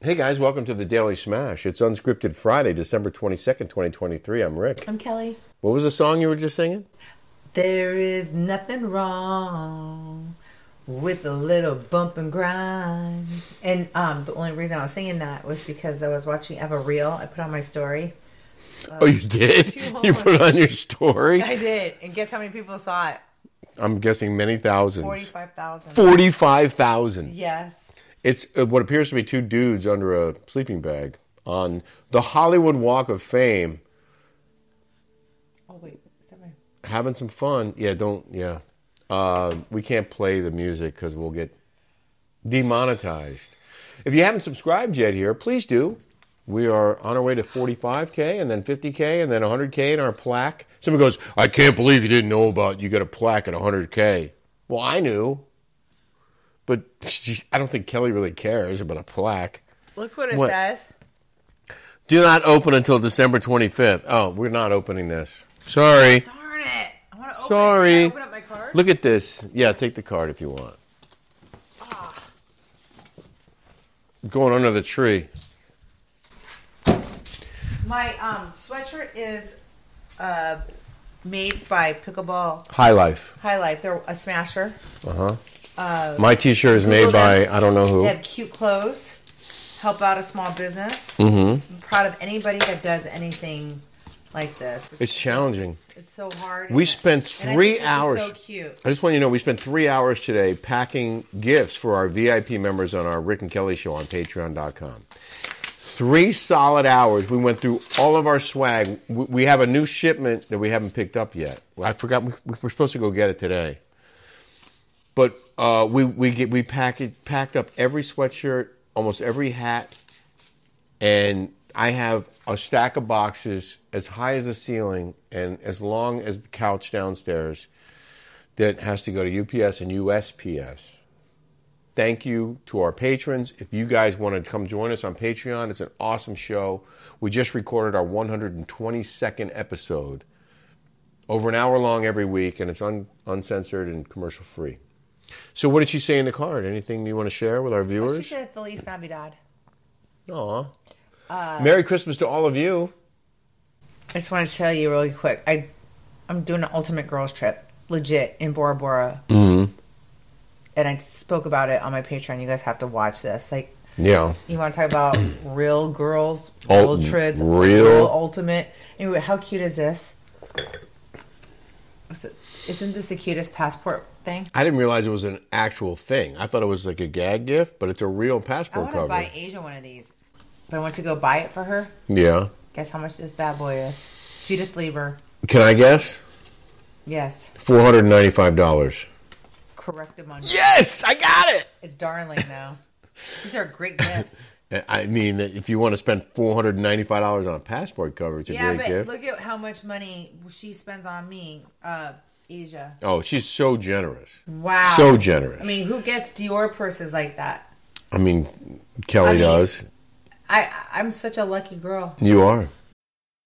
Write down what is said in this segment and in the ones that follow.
Hey guys, welcome to the Daily Smash. It's Unscripted Friday, December 22nd, 2023. I'm Rick. I'm Kelly. What was the song you were just singing? There is nothing wrong with a little bump and grind. And um, the only reason I was singing that was because I was watching. I have a reel I put on my story. oh, you did? You put it on your story? I did, and guess how many people saw it? I'm guessing many thousands. Forty-five thousand. 45,000. Yes. It's uh, what appears to be two dudes under a sleeping bag on the Hollywood Walk of Fame Oh wait, is that my? having some fun. Yeah, don't. Yeah, uh, we can't play the music because we'll get demonetized. If you haven't subscribed yet, here, please do. We are on our way to 45k, and then 50k, and then 100k in our plaque. Someone goes, "I can't believe you didn't know about you got a plaque at 100k." Well, I knew, but I don't think Kelly really cares about a plaque. Look what it What? says. Do not open until December 25th. Oh, we're not opening this. Sorry. Darn it! I want to open. Sorry. It. Can I open up my card. Look at this. Yeah, take the card if you want. Going under the tree. My um sweatshirt is uh made by Pickleball High Life. Uh-huh. High Life. They're a smasher. My T-shirt is made Uh, Google by them. I don't know They who. have cute clothes. Help out a small business. Mm-hmm. I'm proud of anybody that does anything like this. It's challenging. It's, it's so hard. We and- spent and I think three this is hours. so cute. I just want you to know we spent three hours today packing gifts for our VIP members on our Rick and Kelly show on Patreon.com. Three solid hours. We went through all of our swag. W- We have a new shipment that we haven't picked up yet. I forgot we we were supposed to go get it today. But uh, we we get we packed packed up every sweatshirt, almost every hat, and I have a stack of boxes as high as the ceiling and as long as the couch downstairs that has to go to UPS and USPS. Thank you to our patrons. If you guys want to come join us on Patreon, it's an awesome show. We just recorded our 122nd episode, over an hour long every week, and it's un- uncensored and commercial free. So, what did she say in the card? Anything you want to share with our She viewers? said Feliz Navidad. Aw. Uh, Merry Christmas to all of you. I just want to tell you really quick. I, I'm doing an ultimate girls trip, legit in Bora Bora. Mm-hmm. And I spoke about it on my Patreon. You guys have to watch this. Like, Yeah. You want to talk about real girls, Ul- real trids, real- ultimate. Anyway, how cute is this? What's it- Isn't this the cutest passport thing? I didn't realize it was an actual thing. I thought it was like a gag gift, but it's a real I passport want to cover. buy Asia one of these, but I want to go buy it for her. Yeah. Guess how much this bad boy is? Judith Lieber. Can I guess? Yes, Four hundred and ninety-five dollars. correct amount. Yes, I got it. It's darling though. These are great gifts. I mean, if you want to spend four hundred and ninety-five dollars on a passport cover, it's a yeah, great but gift. look at how much money she spends on me, uh, Asia. oh, she's so generous, Wow. so generous. I mean, who gets Dior purses like that? Kelly I mean- does. I I'm such a lucky girl. You are.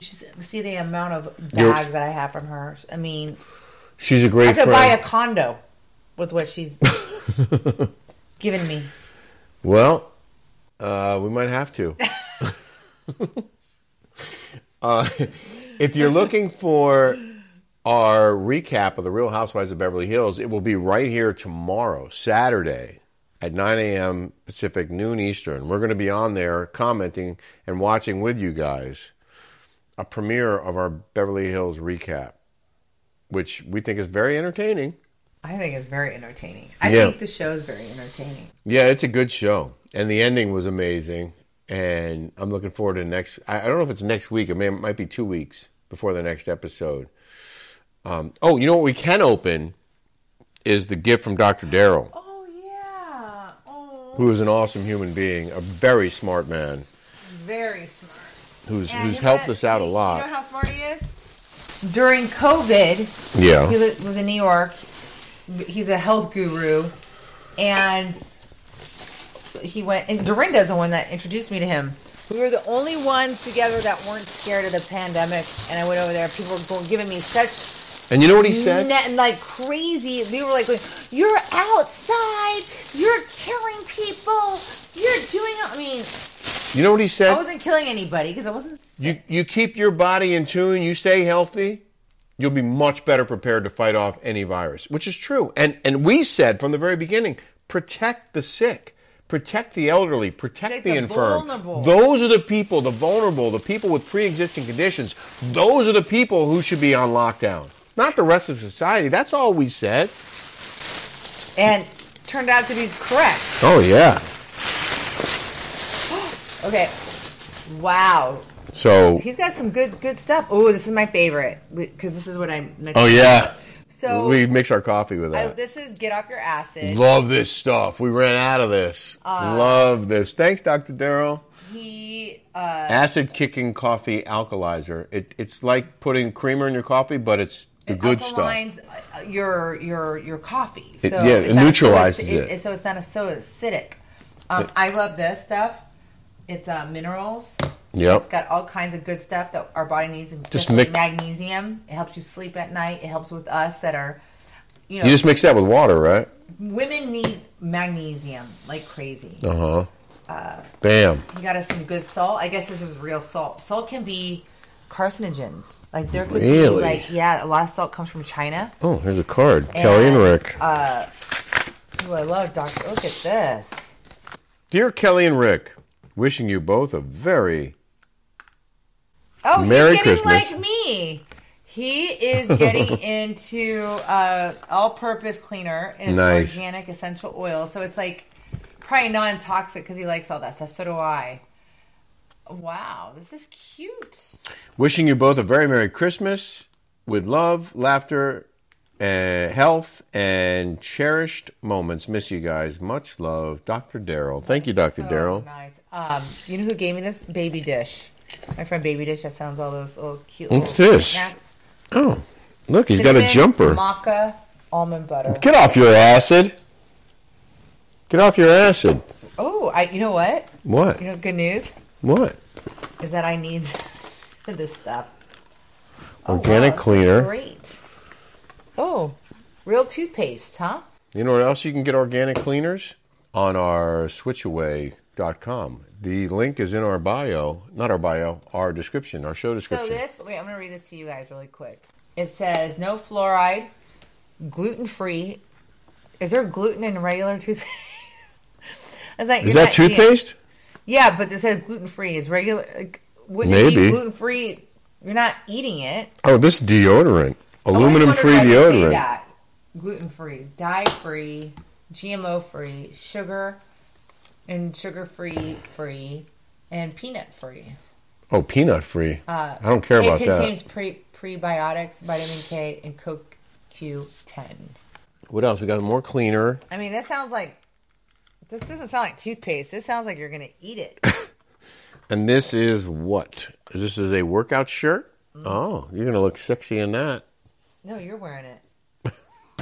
She's, see the amount of bags You're- that I have from her. I mean, She's a great I could friend. buy a condo with what she's given me. Well, uh, we might have to. uh, if you're looking for our recap of The Real Housewives of Beverly Hills, it will be right here tomorrow, Saturday at 9 a.m. Pacific, noon Eastern. We're going to be on there commenting and watching with you guys a premiere of our Beverly Hills recap, which we think is very entertaining. I think it's very entertaining. I Yeah. think the show is very entertaining. Yeah, it's a good show, and the ending was amazing. And I'm looking forward to next. I, I don't know if it's next week. It, may, it might be two weeks before the next episode. Um, oh, you know what we can open is the gift from Dr. Daryl. Oh yeah. Oh. who is an awesome human being, a very smart man, Very smart. who's And who's you know helped what? us out a You know lot. how smart he is? During COVID, he Yeah, li- was in New York. He's a health guru, and he went. And Dorinda's the one that introduced me to him. We were the only ones together that weren't scared of the pandemic. And I went over there. People were going- giving me such and you know what he said? ne- like crazy. We were like, going, "You're outside. You're killing people. You're doing." I mean, You know what he I said? wasn't killing anybody because I wasn't. You you keep your body in tune, you stay healthy, you'll be much better prepared to fight off any virus, which is true. And and we said from the very beginning, protect the sick, protect the elderly, protect Protect the, the infirm. vulnerable. Those are the people, the vulnerable, the people with pre-existing conditions. Those are the people who should be on lockdown. Not the rest of society. That's all we said. And turned out to be correct. Oh yeah. Okay. Wow. So He's got some good good stuff. Oh, this is my favorite because this is what I mentioned. Oh yeah. So we mix our coffee with I, that. this is get off your acid. Love this stuff. We ran out of this. Love this. Thanks, Dr. Daryl. He uh, Acid kicking coffee alkalizer. It, it's like putting creamer in your coffee, but it's the good stuff. alkalines uh, your your your coffee. So It- yeah, it's it not so neutralizes aci- it. So it's not so acidic. Um, I love this stuff. It's uh, minerals. Yep. It's got all kinds of good stuff that our body needs. Just especially mix- magnesium. It helps you sleep at night. It helps with us that are, you know, You just mix that with water, right? women need magnesium like crazy. Uh huh. Bam. You got us some good salt. I guess this is real salt. Salt can be carcinogens. Like there could Really? be like yeah, a lot of salt comes from China. Oh, here's a card. Kelly and Rick. Ooh, I love Dr. Look at this. Dear Kelly and Rick, wishing you both a very. Oh, Merry he's getting Christmas. like me. He is getting into uh, all-purpose cleaner and it's Nice. organic essential oil. So it's like probably non-toxic because he likes all that stuff. So do I. Wow, this is cute. Wishing you both a very Merry Christmas with love, laughter, uh, health, and cherished moments. Miss you guys. Much love, Dr. Daryl. Thank you, Dr. So Daryl. Nice. Um, you know who gave me this baby dish? My friend Baby Dish. That sounds all those little cute. What's little this? Snacks. Oh, look, he's got Cinnamon, a jumper. Maca almond butter. Get off your acid. Get off your acid. Oh, I. You know what? What? You know, good news What? is that I need this stuff. Oh, wow, Organic this is cleaner. Great. Oh, real toothpaste, huh? You know what else you can get organic cleaners? On our switchaway.com. The link is in our bio, not our bio, our description, our show So description. this, wait, I'm gonna read this to you guys really quick. It says no fluoride, gluten free. Is there gluten in regular toothpaste? Is that, is that toothpaste? Yeah, but it says gluten free. Is regular? Like, wouldn't it Maybe. be gluten free? You're not eating it. Oh, this is deodorant. I always Aluminum free wondered why they say deodorant. that. Gluten free, dye free, GMO free, sugar and sugar free, free, and peanut free. Oh, peanut free. Uh, I don't care it about that. contains pre- prebiotics, vitamin K, and CoQ10. What else? We got more cleaner. I mean, that sounds like this doesn't sound like toothpaste. This sounds like you're gonna eat it. And this is what? This is a workout shirt? Mm-hmm. Oh, you're going to look sexy in that. no, you're wearing it.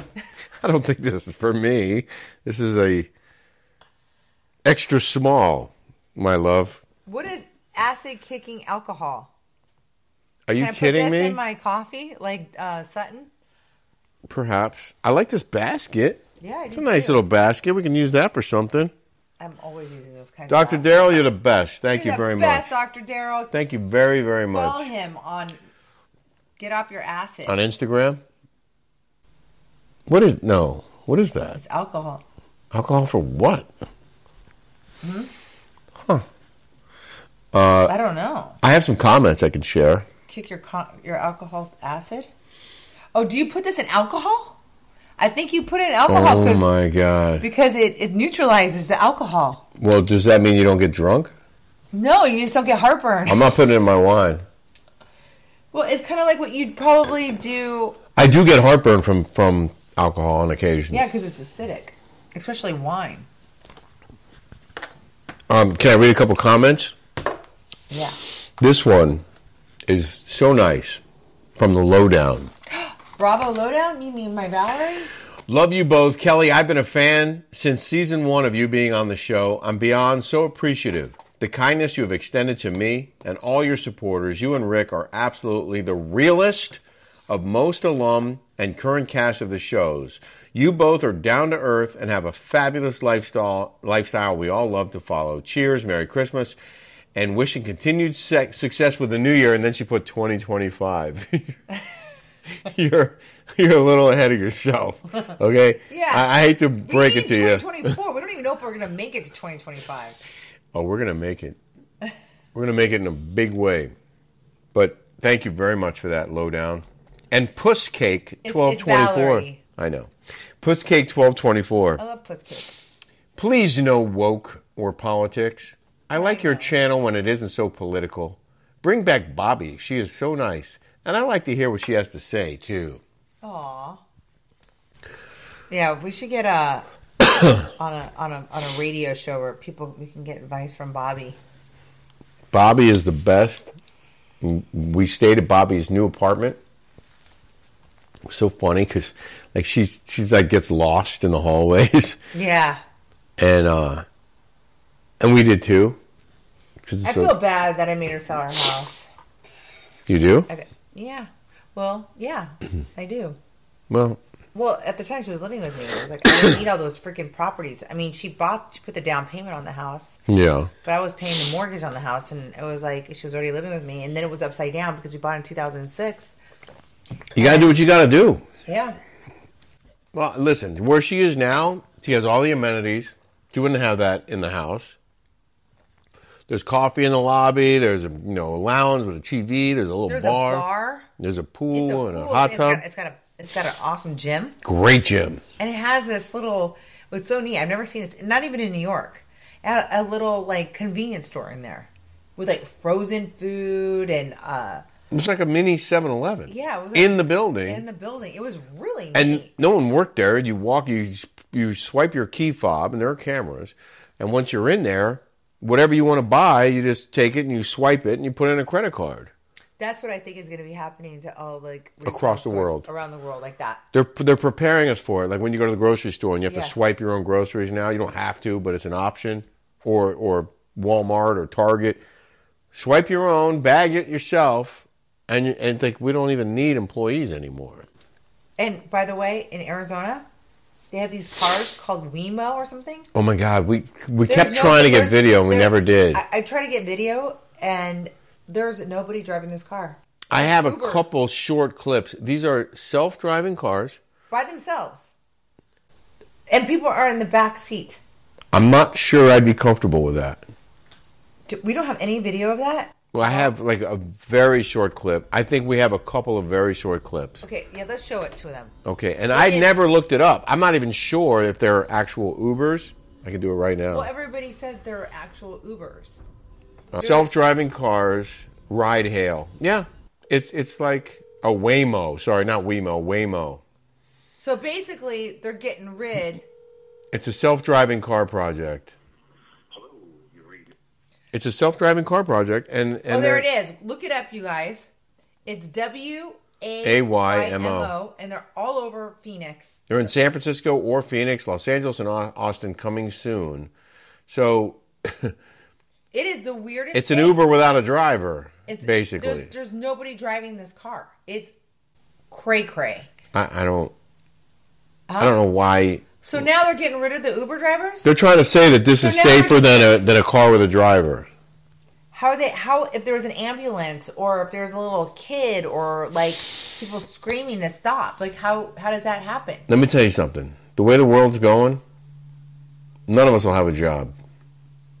I don't think this is for me. This is a extra small, my love. What is acid kicking alcohol? Are you Can I kidding put this me? in my coffee, like uh, Sutton? Perhaps. I like this basket. Yeah, I it's a do nice too. little basket. We can use that for something. I'm always using those kinds. Dr. of Daryl, you're the best. Thank you very best, much. Dr. Daryl. Thank you very, very Follow much. Uh, him on Get Off Your Acid. On Instagram? What is no? What is that? It's alcohol. Alcohol for what? uh, I don't know. I have some comments I can share. Kick your con- your alcohol's acid. Oh, do you put this in alcohol? I think you put it in alcohol Oh 'cause- my god. because it, it neutralizes the alcohol. Well, does that mean you don't get drunk? No, you just don't get heartburn. I'm not putting it in my wine. well, it's kind of like what you'd probably do. I do get heartburn from from alcohol on occasion. Yeah, because it's acidic, especially wine. Um, can I read a couple comments? Yeah. This one is so nice from the lowdown. Bravo Lowdown? You mean my Valerie? Love you both. Kelly, I've been a fan since season one of you being on the show. I'm beyond so appreciative. The kindness you have extended to me and all your supporters, you and Rick are absolutely the realest of most alum and current cast of the shows. You both are down to earth and have a fabulous lifestyle lifestyle we all love to follow. Cheers, Merry Christmas, and wishing continued sec- success with the new year. And then she put 2025. you're you're a little ahead of yourself. Okay. Yeah. I, I hate to break we it need to you. 2024. we don't even know if we're going to make it to 2025. Oh, we're gonna make it. We're gonna make it in a big way. But thank you very much for that lowdown. And Puss Cake it's twelve twenty four. Valerie. Oh. I know. Puss Cake twelve twenty four. I love Puss Cake. Please no woke or politics. I like your channel when it isn't so political. Bring back Bobby. She is so nice. And I like to hear what she has to say too. Aw. Yeah, we should get a on a on a on a radio show where people we can get advice from Bobby. Bobby is the best. We stayed at Bobby's new apartment. It was so funny because, like, she's she's like gets lost in the hallways, Yeah. and uh, and we did too. 'Cause I it's a- feel bad that I made her sell her house. you do I, yeah. Well, yeah, I do. well. Well, at the time she was living with me, I was like, I don't need all those freaking properties. I mean, she bought, she put the down payment on the house, Yeah, but I was paying the mortgage on the house, and it was like she was already living with me, and then it was upside down because we bought in 2006. you gotta do what you gotta do. Yeah, Well, listen, where she is now, she has all the amenities. She wouldn't have that in the house. There's coffee in the lobby. There's a you know a lounge with a TV. There's a little there's bar. a bar, There's a it's pool a and a pool, hot it's tub. got, it's got a, it's got an awesome gym, Great gym. and it has this little. It's so neat. I've never seen this, not even in New York. At a little like convenience store in there, with like frozen food and uh It's like a mini 7-Eleven. yeah, it was in the building. in the building. It was really neat. and no one worked there. You walk, you you swipe your key fob, and there are cameras. And once you're in there, whatever you want to buy, you just take it and you swipe it and you put in a credit card. That's what I think is going to be happening to all like retail Across the stores world. around the world, like that. They're they're preparing us for it. Like when you go to the grocery store and you have Yeah. to swipe your own groceries now. You don't have to, but it's an option. Or or Walmart or Target, swipe your own, bag it yourself, and you- and think we don't even need employees anymore. And by the way, in Arizona, they have these cars called Wemo or something. Oh my God, we we There's kept no- trying to get there's- video and we there- never did. I, I tried to get video, and there's nobody driving this car I have a Ubers. couple short clips. These are self-driving cars. by themselves, and people are in the back seat. I'm not sure I'd be comfortable with that. Do- We don't have any video of that. Well, I have like a very short clip. I think we have a couple of very short clips. Okay, yeah, let's show it to them. Okay, and I is- never looked it up. I'm not even sure if they're actual Ubers. I can do it right Well, now. everybody said they're actual Ubers. Uh, self-driving cars, ride hail. Yeah, it's it's like a Waymo. Sorry, not Wemo. Waymo. So basically, they're getting rid. It's a self-driving car project. It's a self-driving car project, and and Oh, there they're- it is. Look it up, you guys. It's W A A-Y-M-O. and they're all over Phoenix. They're in San Francisco or Phoenix, Los Angeles, and Au- Austin coming soon. So It is the weirdest. it's an thing. Uber without a driver, basically. There's, there's nobody driving this car. It's cray cray. I, I don't, I don't know why So now they're getting rid of the Uber drivers. they're trying to say that this So is now- safer than a than a car with a driver. How are they? How if there was an ambulance or if there's a little kid or like people screaming to stop? Like how how does that happen? Let me tell you something. The way the world's going, none of us will have a job.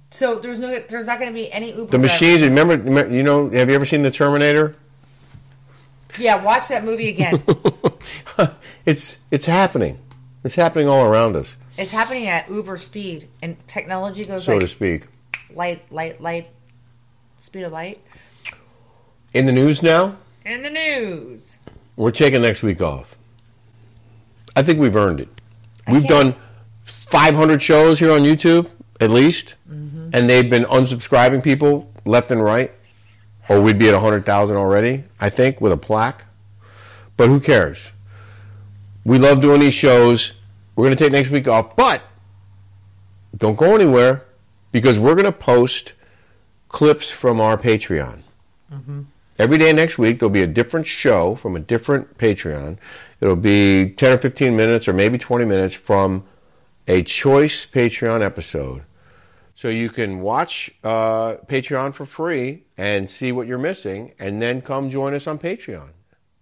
So there's no there's not going to be any Uber. The drivers. machines. Remember, remember- you know, have you ever seen the Terminator? Yeah, watch that movie again. it's it's happening. It's happening all around us, it's happening at Uber speed, and technology goes so like to speak. light, light, light, speed of light. In the news now. In the news. We're taking next week off. I think we've earned it. We've can't- done 500 shows here on YouTube, at least, and they've been unsubscribing people left and right, or we'd be at 100,000 already, I think, with a plaque. But who cares? We love doing these shows. We're going to take next week off, but don't go anywhere because we're going to post clips from our Patreon. Every day next week, there'll be a different show from a different Patreon. It'll be 10 or 15 minutes or maybe 20 minutes from a choice Patreon episode. So you can watch uh, Patreon for free and see what you're missing, and then come join us on Patreon.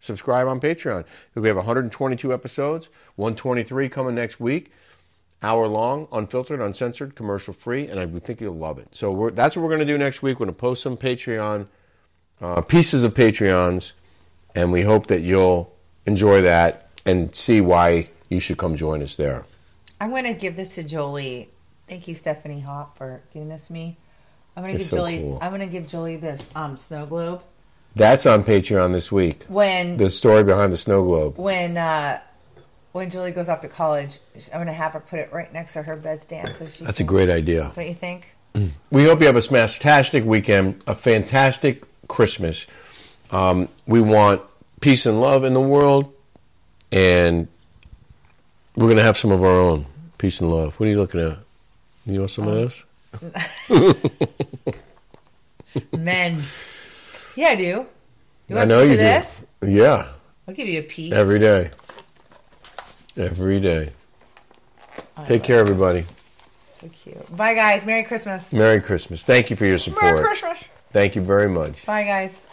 Subscribe on Patreon. We have 122 episodes, 123 coming next week, hour long, unfiltered, uncensored, commercial free, and I think you'll love it. So we're, that's what we're going to do next week. We're going to post some Patreon uh, pieces of Patreons, and we hope that you'll enjoy that and see why you should come join us there. I'm gonna give this to Jolie. Thank you, Stephanie Hop, for giving this to me. I'm gonna That's give so Jolie. cool. I'm gonna give Jolie this um snow globe That's on Patreon this week. when The story behind the snow globe. when uh when Jolie goes off to college. I'm gonna have her put it right next to her bedstand so she. That's a can, great idea. Don't you think? We hope you have a smastastic weekend, a fantastic Christmas. Um, we want peace and love in the world, and we're going to have some of our own peace and love. What are you looking at? You want some of this? Men. Yeah, I do. You I want know a piece you of do. this? Yeah, I'll give you a piece. every day. Every day. Take care, everybody. so cute. Bye, guys. Merry Christmas. Merry Christmas. Thank you for your support. Merry Christmas. Thank you very much. Bye, guys.